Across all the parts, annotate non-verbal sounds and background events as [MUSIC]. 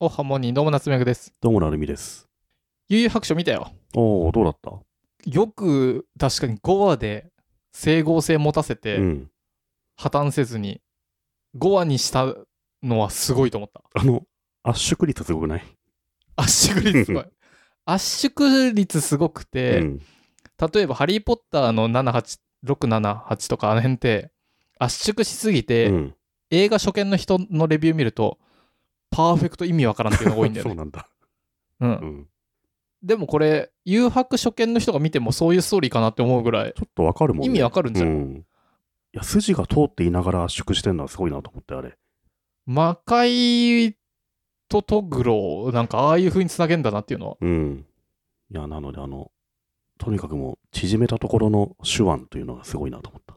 おはもにどうも夏目くです。どうもなるみです。悠々白書見たよ。おお、どうだった、よく確かに5話で整合性持たせうてん。破綻せずに5話にしたのはすごいと思った。あの、圧縮率すごくない、圧縮率すごい。圧縮率すごくて、うん。例えば「ハリー・ポッター」の78678とかあの辺って圧縮しすぎて、うん映画初見の人のレビュー見るとパーフェクト意味わからんっていうのが多いんだよそう [LAUGHS] ね。なんだ。うんうん。でもこれ誘白初見の人が見てもそういうストーリーかなって思うぐらいちょっとわかるもんね。意味わかるんですようん。いや、筋が通っていながら圧縮してるのはすごいなと思って、あれ。魔界とトグロをなんかああいう風につなげんだなっていうのはうん。いや、なので、あの、とにかくもう、縮めたところの手腕というのがすごいなと思った。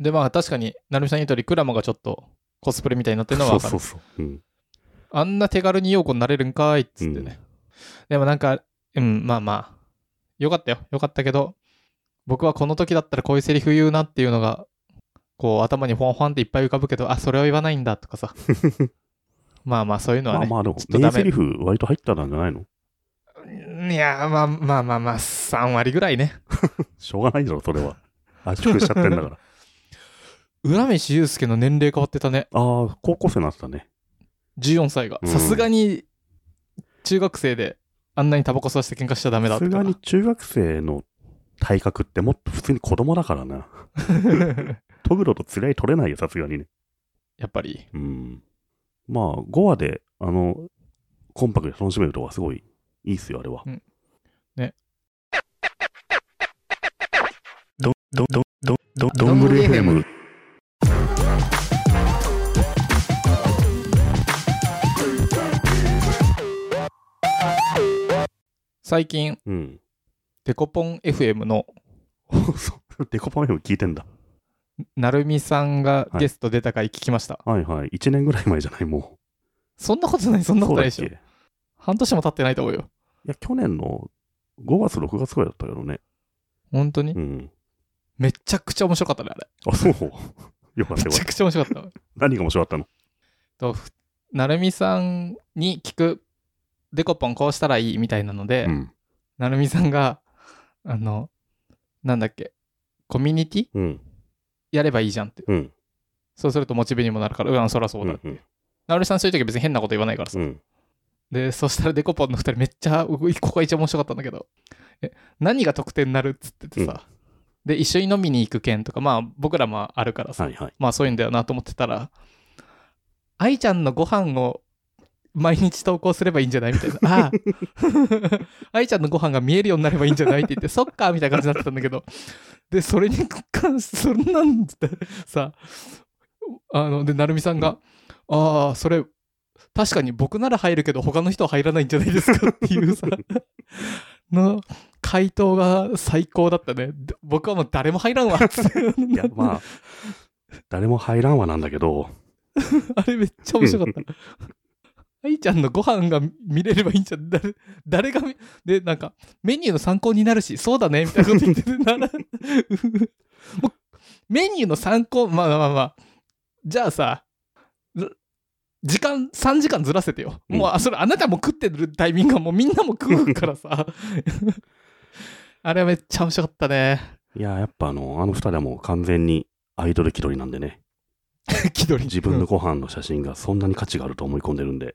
でまあ確かに成美さん言う通りクラマがちょっとコスプレみたいになってるのはわかるそうそうそう。うん。あんな手軽に陽子になれるんかいっつってね、でもなんかうんまあまあよかったよよかったけど僕はこの時だったらこういうセリフ言うなっていうのがこう頭にフォンフォンっていっぱい浮かぶけどあそれを言わないんだとかさまあまあそういうのはまねあまあ、でもちょっ、とメイダンメセリフ、割と入ったんじゃないのいやーまあまあまあまあ3割ぐらいねしょうがないだろ、それは。圧縮しちゃってんだ [LAUGHS] から。浦飯祐介の年齢変わってたねああ、高校生になってたね。 14歳がうんさすがに中学生であんなにタバコ吸わせて喧嘩しちゃダメださとすかがに中学生の体格ってもっと普通に子供だからな。トグロと釣り合い取れないよ、さすがにね。 [LAUGHS] やっぱりうん。まあ、5話で、あの、コンパクトで楽しめるとかすごいいいっすよ、あれは。ど、ど、ど、ど、ど、どんぐり FM。最近うん。 [LAUGHS] デコポン FM のそうデコパン FM 聞いてんだ。なるみさんがはいゲスト出た回聞きました、はいはい。1年ぐらい前じゃない、もそんなことないそんう。なことないでしそうょだっけ半年も経ってないと思うよいや、去年の5月、6月ぐらいだったけどね。本当に、うん。めちゃくちゃ面白かったねあれあ、そう。 [LAUGHS] よかっためよちかゃ [LAUGHS] っくちゃ面白かったた。何が面白かったのとふなるみさんに聞くデコポンこうしたらいいみたいなので、うん。なるみさんがあのなんだっけコミュニティうん。やればいいじゃんってうん。そうするとモチベにもなるからうんそらそうだ、うんうんなるみさんそういう時は別に変なこと言わないからさ、うん。でそしたらデコポンの2人めっちゃうここが一番面白かったんだけどえ何が得点になるっつっててさ、で一緒に飲みに行く件とかまあ僕らもあるからさ、はいはい。まあそういうんだよなと思ってたら、愛ちゃんのご飯を毎日投稿すればいいんじゃないみたいな。 [LAUGHS] ああ。愛ちゃんのご飯が見えるようになればいいんじゃないって言って、そっかみたいな感じになってたんだけど、で、それに関して、そんなんってさ、あの、で、成美さんが、ああ、それ、確かに僕なら入るけど、他の人は入らないんじゃないですかって [LAUGHS] いうさ、の回答が最高だったね。で僕はもう誰も入らんわっつって。いや、まあ、 [LAUGHS] 誰も入らんわなんだけど、 [LAUGHS] あれめっちゃ面白かった。愛ちゃんのご飯が見れればいいんじゃん。誰誰が見、で、なんか、メニューの参考になるし、そうだね、みたいなこと言ってて、なら [LAUGHS] もうメニューの参考、まあまあまあまあ、じゃあさ、ず時間、3時間ずらせてよ。もう、あそれ、あなたも食ってるタイミングはもうみんなも食うからさ。 [LAUGHS] あれはめっちゃ面白かったね。いや、やっぱあの、あの二人はもう完全にアイドル気取りなんでね、 [LAUGHS] 気取り。自分のご飯の写真がそんなに価値があると思い込んでるんで、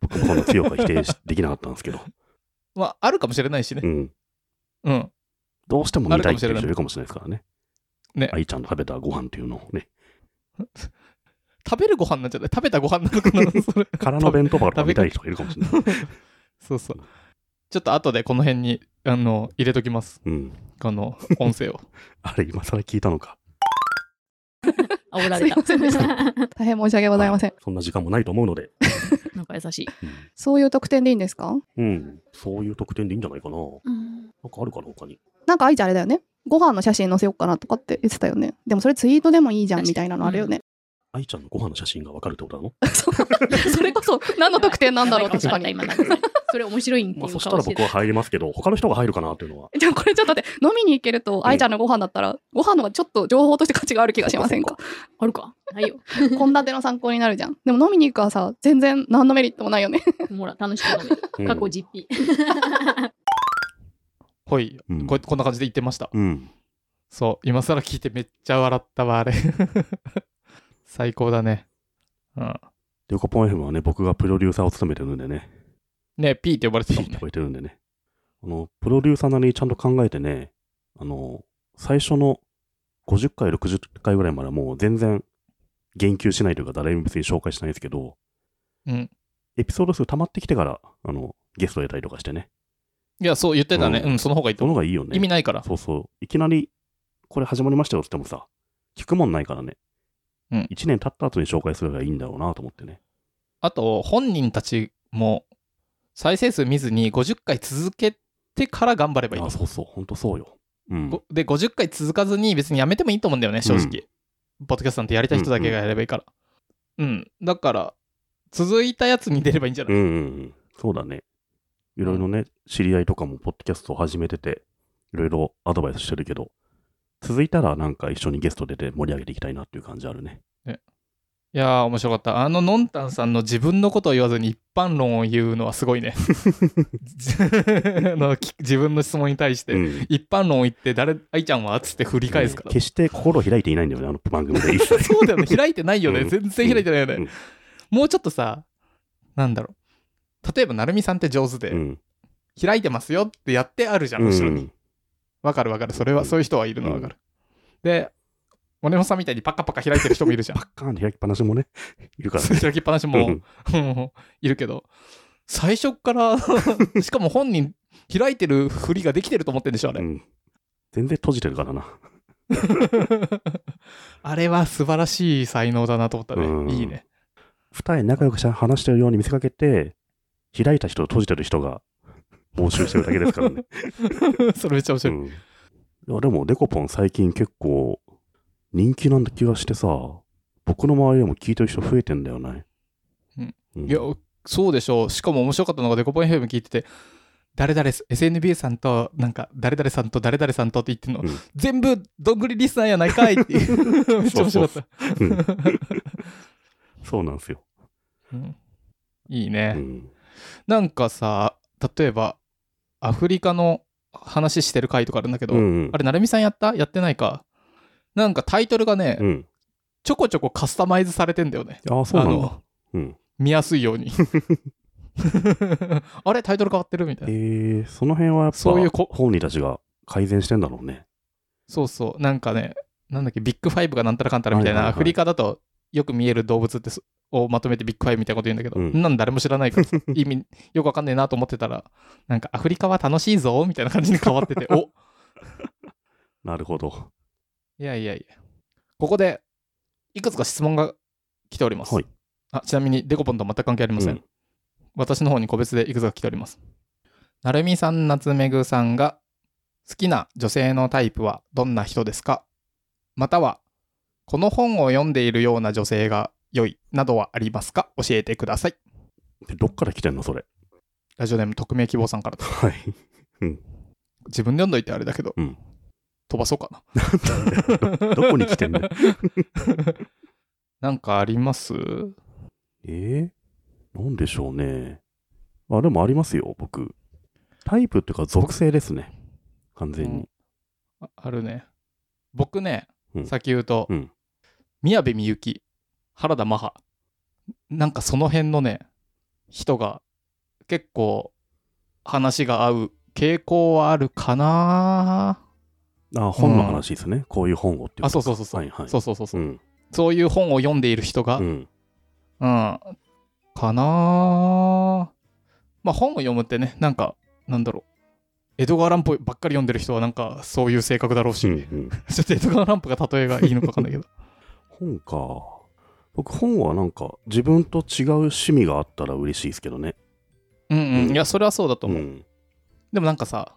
僕もそんな強くは否定し [LAUGHS] できなかったんで [LAUGHS] すけど、まあ、あるかもしれないしねう。ん。うん。どうしても見たいっていう人いるかもしれないですからね。ね愛ちゃんの食べたご飯っていうのをね、 [LAUGHS] 食べるご飯なんじゃない食べたご飯なのかなそれ空の弁当箱とか見たい人がいるかもしれない。そうそう。ちょっと後でこの辺に、あの、入れときます。うん。この音声を。 [LAUGHS] あれ、今更聞いたのか。煽ら [LAUGHS] れた。すいませんでし大変申し訳ございません。そんな時間もないと思うので、なんか優しい。そういう特典でいいんですかうん。うんそういう特典でいいんじゃないかな。なん [LAUGHS] かあるかな、他に。なんか愛ちゃんあれだよね。ご飯の写真載せようかなとかって言ってたよね。でもそれツイートでもいいじゃんみたいなのあるよね。愛ちゃんのご飯の写真がわかるってことなのそれこそ何の特典なんだろう確かに。今なんかそれ面白いんってまあ、いそうしたら顔して僕た。は入りますけど、他の人が入るかなっていうのは。じゃあこれちょっと待って、飲みに行けると、愛ちゃんのご飯だったら、ご飯の方がちょっと情報として価値がある気がしませんかあるかないよ。献立の参考になるじゃん。でも飲みに行くはさ、全然何のメリットもないよね。ほら、楽しく飲め。うん過去実費。ほい、うんここんな感じで言ってましたうん。そう今更聞いてめっちゃ笑ったわあれ [LAUGHS] 最高だねうんデコポン FM はね、僕がプロデューサーを務めてるんでね、ね P って呼ばれてピたッもんてね超えてるんでね。あの、プロデューサーなりにちゃんと考えてね、あの、最初の50回、60回ぐらいまではもう全然言及しないというか、誰にも別に紹介しないですけど、うんエピソード数溜まってきてから、あの、ゲストを得たりとかしてね。いやそう言ってたねううんん、その方がいいとその思方うがいいよね。意味ないからそうそう。いきなり、これ始まりましたよって言ってもさ、聞くもんないからね。うん1年経った後に紹介すればいいんだろうなと思ってね。あと本人たちも再生数見ずに50回続けてから頑張ればいいとあ、思うそうそう。ほんとそうよ。うん。ごで50回続かずに別にやめてもいいと思うんだよね正直、ポッドキャストなんてやりたい人だけがやればいいからうん、だから続いたやつに出ればいいんじゃない、うんうんうん。そうだね。いろいろね、知り合いとかも、ポッドキャストを始めてて、いろいろアドバイスしてるけど、続いたらなんか一緒にゲスト出て盛り上げていきたいなっていう感じあるね。いやー面白かったあののんたんさんの自分のことを言わずに一般論を言うのはすごい [LAUGHS] ね [LAUGHS] あのき自分の質問に対して、うん。一般論を言って誰愛ちゃんはっつって振り返すから、決して心を開いていないんだよね、あの番組で一切。そうだよ [LAUGHS] ね開いてないよね、うん全然開いてないよね、うんもうちょっとさなんだろう例えばなるみさんって上 [LAUGHS] 手で、うん。開いてますよってやってあるじゃんう後ろに、ん。わかるわかる。それうは、んそういう人はいるのはわかる。で、おねもさんみたいにパカパカ開いてる人もいるじゃん。パッカーンって開きっぱなしもね、いるからね。開きっぱなし [LAUGHS] うもん、うんいるけど、最初から、 [LAUGHS] しかも本人、開いてるふりができてると思ってんでしょ、あうれ。ん。全然閉じてるからな。 [LAUGHS] あれは素晴らしい才能だなと思ったうんね。いいね。 [LAUGHS] 二重仲良くしゃ話してるように見せかけて、開いた人と閉じてる人が募集してるだけですからね。そ [LAUGHS] れめっちゃ面う白い。ん、いやでも、デコポン最近結構人気なんだ気がしてさ、僕の周りでも聞いてる人増えてんだよね。うんういんや、そうでしょう。しかも面白かったのが、デコポン FM 聞いてて、誰々す、SNB さんと、なんか、誰々さんと、誰々さんとって言ってるの、うん全部、どんぐりリスナーやないかいって [LAUGHS] いう。めっちゃ面白かった。うん [LAUGHS] そうなんですよ。うんいいうね、ん。なんかさ例えばアフリカの話してる回とかあるんだけど、うんあれ成美さんやったやってないかなんかタイトルがね、うん。ちょこちょこカスタマイズされてんだよねああ、そうあなんだ。のうん。見やすい [LAUGHS] ように [LAUGHS] あれタイトル変わってるみたいえな、ー、その辺はやっぱ、そういうこ本人たちが改善してんだろうね。そうそうなんかねなんだっけビッグファイブがなんたらかんたらみたいな、はいはいアはいフリカだとよく見える動物ってそをまとめてビッグファイブみたいなこと言うんだけど、うんそん、なんの誰も知らないから [LAUGHS] さ意味よくわかんねえなと思ってたらなんかアフリカは楽しいぞみたいな感じに変わ [LAUGHS] ってておなるほど。いやいやいや。ここで、いくつか質問が来ております。はいあちなみに、デコポンとは全く関係ありません。うん私の方に個別でいくつか来ております。なるみさん、なつめぐさんが、好きな女性のタイプはどんな人ですかまたは、この本を読んでいるような女性が良いなどはありますか教えてください。でどっから来てんの、それ。ラジオネーム、匿名希望さんからだ。はい。 [LAUGHS] 自分で読んどいてあれだけど、うん飛ばそうかな。どどこに来てんの [LAUGHS] なんかありますえー、なんでしょうね。あ、でもありますよ、僕。タイプっていうか、属性ですね。完全に。うんああるね僕ね、うん先言うと、うん宮部みゆき原田マハなんかその辺のね人が結構話が合う傾向はあるかなあ、本の話ですね。こういう本をっていうあそうそうそうそう、はいはいそうそうそうそうう、ん。そういう本を読んでいる人が、ううんん。かなまあ本を読むってねなんかなんだろう江戸川乱歩ばっかり読んでる人はなんかそういう性格だろうし、うんうん [LAUGHS] ちょっと江戸川乱歩が例えがいいのか分かんないけど。本か。僕、本はなんか、自分と違う趣味があったら嬉しいですけどね。うんううんん。いや、それはそうだと思う。ん。でもなんかさ、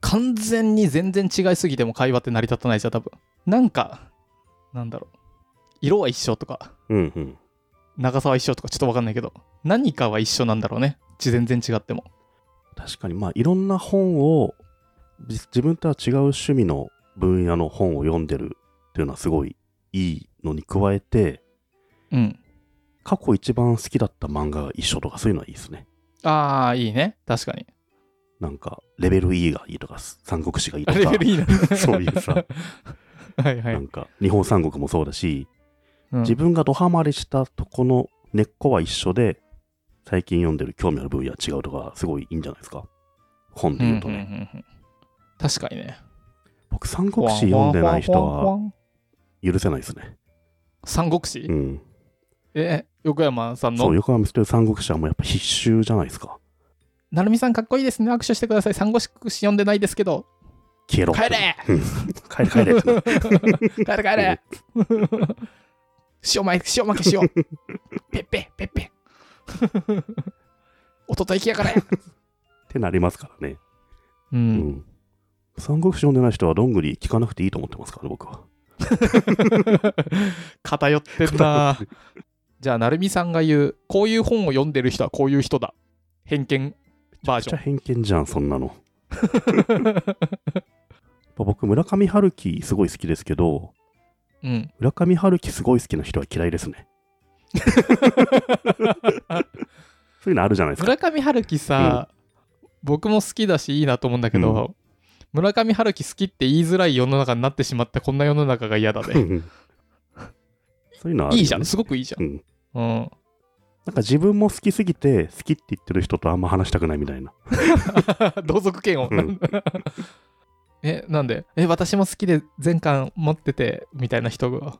完全に全然違いすぎても会話って成り立たないじゃん、多分。なんか、なんだろう。色は一緒とか、うんうん。長さは一緒とか、ちょっと分かんないけど、何かは一緒なんだろうね。ち全然違っても。確かに、まあ、いろんな本を、じ自分とは違う趣味の分野の本を読んでるっていうのはすごいいいのに加えて、うん。過去一番好きだった漫画が一緒とかそういうのはいいですね。ああ、いいね。確かに。なんか、レベル E がいいとか、三国志がいいとあか、れよりいいな。 [LAUGHS] そういうさ。はいはないん。か、日本三国もそうだし、うん自分がドハマりしたとこの根っこは一緒で、最近読んでる興味ある分野は違うとか、すごいいいんじゃないですか。本で言うとね。んんうんうん確かにね。僕、三国志読んでない人は許せないですね。三国志、うん。え、横山さんそう、の。横浜ステル三国志はもうやっぱ必修じゃないですか。なるみさんかっこいいですね。握手してください。三国志読んでないですけど。消えろ。帰れ帰れ帰れ帰れ帰れ [LAUGHS] 塩ま塩負け [LAUGHS] しよう。ぺっぺ、ぺっぺ。 [LAUGHS] おとといきやからや。ってなりますからね。う。うんん。三国志読んでない人はどんぐり聞かなくていいと思ってますから、僕は。 [LAUGHS] 偏ってんな。 [LAUGHS] じゃあ、なるみさんが言う、こういう本を読んでる人はこういう人だ。偏見バーめっジちョゃン。偏見じゃん、そんなの。 [LAUGHS] やっぱ僕、村上春樹すごい好きですけど、うん。村上春樹すごい好きな人は嫌いで [LAUGHS] すね。そういうのあるじゃないですか。村上春樹さ、僕も好きだしいいなと思うんだけど、村上春樹好きって言いづらい世の中になってしまったこんな世の中が嫌だうね。んそういうのあるよね、いいじゃん、すごくいいじゃん。うんうん。なんか自分も好きすぎて、好きって言ってる人とあんま話したくないみたいな。 [LAUGHS] 同族嫌悪、うんえなんでえ私も好きで全巻持っててみたいな人が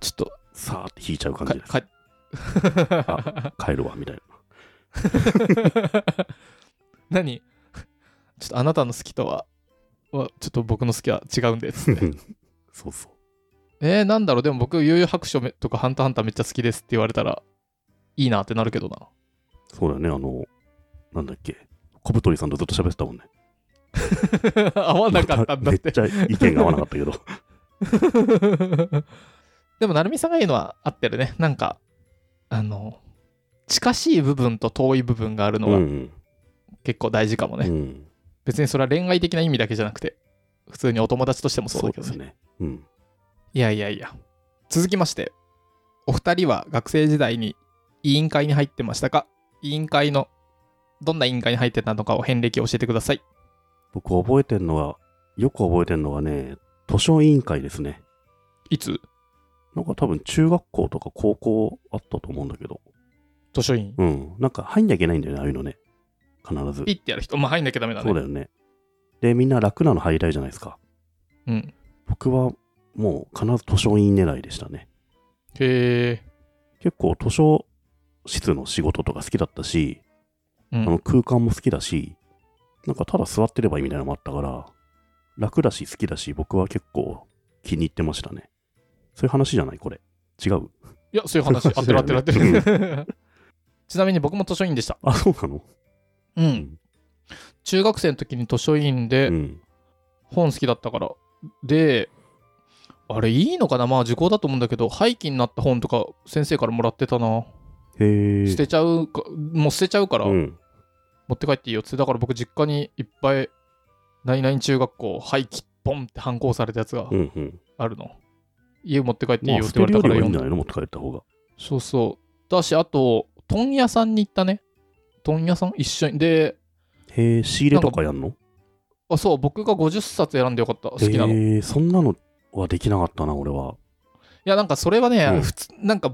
ちょっとさーって引いちゃう感かじです。か [LAUGHS] 帰るわ、みたいな。何 [LAUGHS] ちょっとあなたの好きとははちょっと僕の好きは違うん [LAUGHS] ですってそうそう。えー、なんだろうでも僕悠々白書めとかハンターハンターめっちゃ好きですって言われたらいいなってなるけどな [LAUGHS] そうだよね、あの、なんだっけ。小太りさんとずっと喋ってたもんね。合わなかったんだっめてっちゃ意見が合わなかったけど。 [LAUGHS] でも、成美さんが言うのは合ってるね。なんか、あの、近しい部分と遠い部分がある [LAUGHS] のうはん。結構大事かもうね。ん。別にそれは恋愛的な意味だけじゃなくて、普通にお友達としてもそうそうだけでどすね。ね。うん。いやいやいや。続きまして、お二人は学生時代に委員会に入ってましたか委員会の、どんな委員会に入ってたのかを遍歴を教えてください。僕覚えてるのは、よく覚えてるのはね、図書委員会ですね。いつなんか多分中学校とか高校あったと思うんだけど。図書委員。うん。なんか入んなきゃいけないんだよね、ああいうのね。必ず。ピッてやる人、まあ入んなきゃダメだね。そうだよね。で、みんな楽なの入りたいじゃないですか。うん。僕はもう必ず図書委員狙いでしたね。へえ。結構図書室の仕事とか好きだったし、うんあの空間も好きだし、なんかただ座ってればいいみたいなのもあったから、楽だし好きだし、僕は結構気に入ってましたね。そういう話じゃないこれ。違う。いや、そういう話、合 [LAUGHS] そうっていうる合話ってる合ってる。 [LAUGHS] ちなみに僕も図書委員でした。あ、そうなのうん。中学生の時に図書委員うでん。本好きだったから。で、あれいいのかなまあ時効だと思うんだけど、廃棄になった本とか先生からもらってたな。へえ。捨てちゃうか、もう捨てちゃうから、う持ん。って帰っていいよっつって、だから僕実家にいっぱい、何々中学校廃棄、ポンって反抗されたやつがうんうん。あるの。家持って帰っていいまあ、よっ捨て言てわるれよたから読りはいいんんだじゃないの持って帰った方が。そうそう。だし、あと、問屋さんに行ったね。問屋さん一緒に。で、へえ、仕入れとかやんのあ、そう、僕が50冊選んでよかった。好きなの。いへえ、そんなのはできなかったな、俺は。や、なんかそれはね、うん普通、なんか、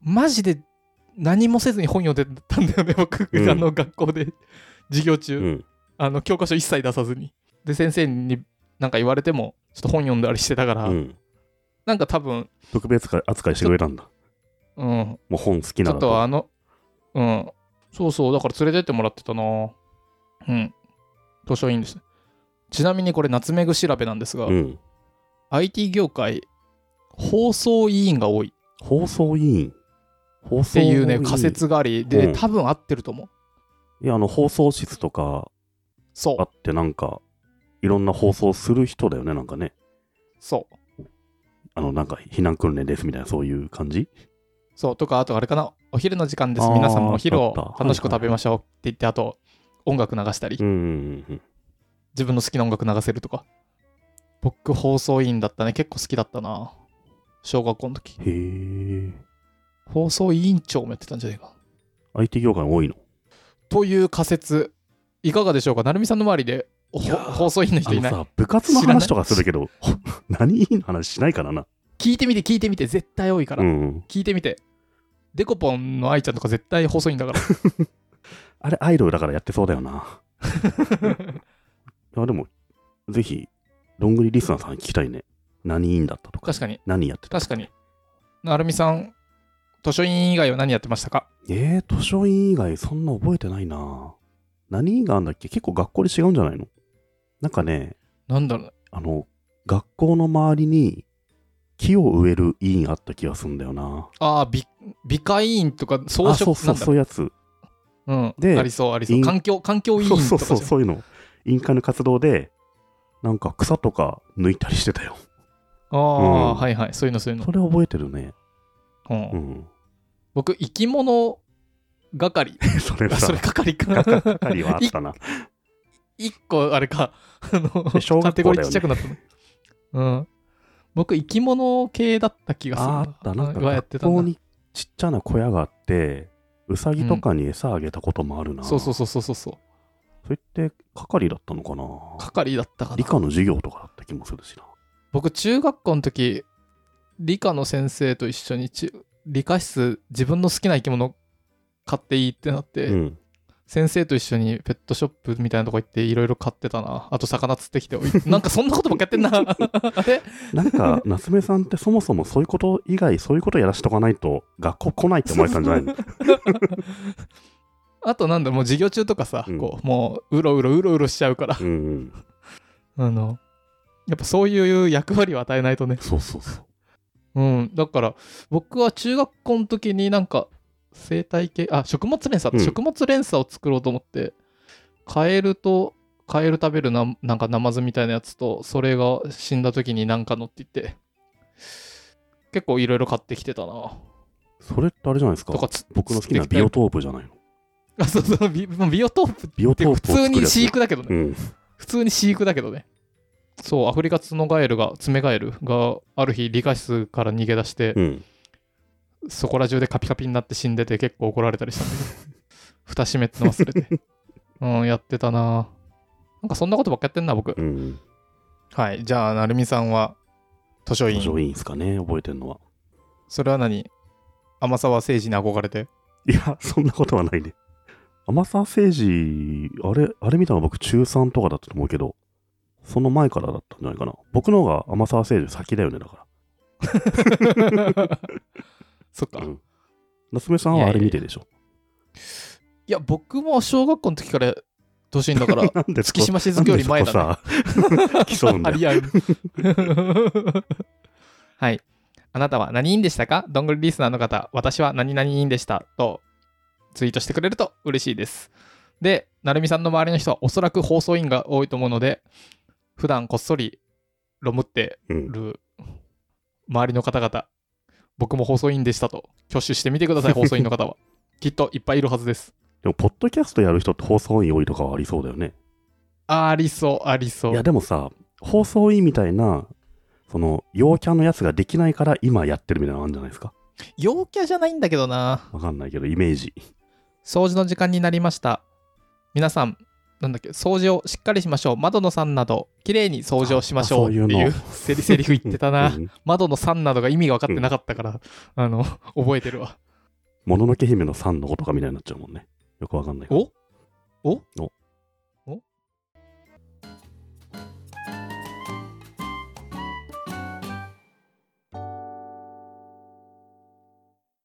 マジで何もせずに本読んでたんだよね、僕、うんあの、学校で、授業中、うん。あの、教科書一切出さずに。で、先生になんか言われても、ちょっと本読んだりしてたから、うん。なんか多分、特別扱い扱いしてくれたんだ。うん、もう本好きちなょっらとと。あの、うん。そうそう、だから連れてってもらってたな。うん。図書委員です。ちなみにこれ、夏目ぐ調べなんですが、うん。 IT 業界、放送委員が多い放送委員。放っ送て委員いうね、仮説があり、で、うん多分合ってると思う。いや、あの、放送室とかそあう、って、なんか、いろんな放送する人だよね、なんかね。そう、あの、なんか、避難訓練ですみたいな、そういう感じそう。とか、あとあれかな、お昼の時間です。あー皆さんもお昼あったを楽しく食べましょうって言って、あと、音楽流したり、うんうんうん自分の好きな音楽流せるとか。僕、放送委員だったね。結構好きだったな。小学校の時。うん。へえ。放送委員長もやってたんじゃないか。 IT 業界多いのという仮説、いかがでしょうか成美さんの周りでほやー放送委員のあ人いのないさ、部活の話とかするけど、 [LAUGHS] 何いいの話しないからな。聞いてみて、聞いてみて。絶対多いから。うんうん。聞いてみて。デコポンの愛ちゃんとか絶対放送委員だから。あれ、アイドルだからやってそうだ [LAUGHS] よな。いや、でも、ぜひ、どんぐりリスナーさんに聞きたいね。何いいんだったとか、確かに、何やってた確かに。成美さん、図書委員以外は何やってましたかえー、図書委員以外そんな覚えてないな。何があんだっけ結構学校で違うんじゃないのなんかね、なんだろうね。あの、学校の周りに木を植える委員あった気がするんだよな。ああ、美美化委員とか、装あ、飾そうそなうんだそういうやつ。うん、でありそうありそう委員環境環境委員そとうそうかそう、じゃんそういうの。委員会の活動で、なんか草とか抜いたりしてたよ。ああ、うんはいはいそういうのそういうのそ、れ覚えてるね。うんうん。僕生き物係 [LAUGHS] それあがそされ、係かがかかりはあっいたな。 [LAUGHS] 一個あれかあので小学校だカよねテゴリーちっちゃくなったのうん僕生き物系だった気がするああった、なんかはやって学たんだ校にちっちゃな小屋があって、うさぎとかに餌あげたこともあるな。そうそうそうそうそうそうそれって係だったのかな係だったか理な科の授業とかだった気もするしな。僕中学校の時理科の先生と一緒にち理科室自分の好きな生き物買っていいってなって、うん。先生と一緒にペットショップみたいなとこ行っていろいろ買ってたなあと魚釣ってきて [LAUGHS] おいなんかそんなことばっかやってん [LAUGHS] なあれなん [LAUGHS] か、夏目さんってそもそもそういうこと以外、そういうことやらしとかないと、学校来ないって思われてたんじゃない [LAUGHS] のあとなんだもう授業中とかさ、うんこうもううろうろうろうろしちゃうからうんうん。あのやっぱそういう役割を与えないとねそうそうそう。うんだから僕は中学校の時になんか生態系あ食物連鎖、うん食物連鎖を作ろうと思ってカエルとカエル食べるななんかナマズみたいなやつとそれが死んだ時になんかのって言って結構いろいろ買ってきてたなそれってあれじゃないですかと。かつ僕の好きな釣ってきたビオトープじゃないの。 [LAUGHS] あそうそうビビオトープっビオトてープを普作る通やつに飼育だけどね、うん。普通に飼育だけどねそうアフリカツノガエルがツメガエルがある日理科室から逃げ出して、うん。そこら中でカピカピになって死んでて結構怒られたりしたんだけど [LAUGHS] 蓋閉めての忘れてうんやってたななんかそんなことばっかやってんな僕、うん。はいじゃあ成美さんは図書委図員書委員ですかね、覚えてるのは。それは何天沢誠治に憧れて [LAUGHS] いや、そんなことはないね。天沢誠治、あれ、あれ見たの僕中3とかだったと思うけど、その前からだったんじゃないかな。僕の方が天沢誠治先だよね、だかそっか、ら。ういん。夏目さんはあれ見てでしょ。や僕も小学校の時から図書委員だからなんでそこ月島しずくより前だねなんでそこさ、競 [LAUGHS] うんだあよ。り合う。 [LAUGHS] はい。あなたは何員でしたかどんぐりリスナーの方、私は何々員でしたとツイートしてくれると嬉しいです。で、なるみさんの周りの人はおそらく放送員が多いと思うので、普段こっそりロムってうん。る周りの方々、僕も放送員でしたと挙手してみてくだ [LAUGHS] さい、放送員の方は。きっといっぱいいるはずです。でも、ポッドキャストやる人って放送委員多いとかはありそうだよね。ありそう、ありそいうや、。でもさ、放送委員みたいな、その、陽キャのやつができないから今やってるみたいなのあるんじゃないですか。陽キャじゃないんだけどな。わかんないけど、イメージ。掃除の時間になりました皆さんなんだっけ掃除をしっかりしましょう窓のさんなど綺麗に掃除をしましょうあってそういういのうセリセリフ言ってたな [LAUGHS] うん窓のさんなどが意味が分かってなかったから、あの覚えてるわもののけ姫の3のことかみたいになっちゃうもんね。よくわかんないけど。おおお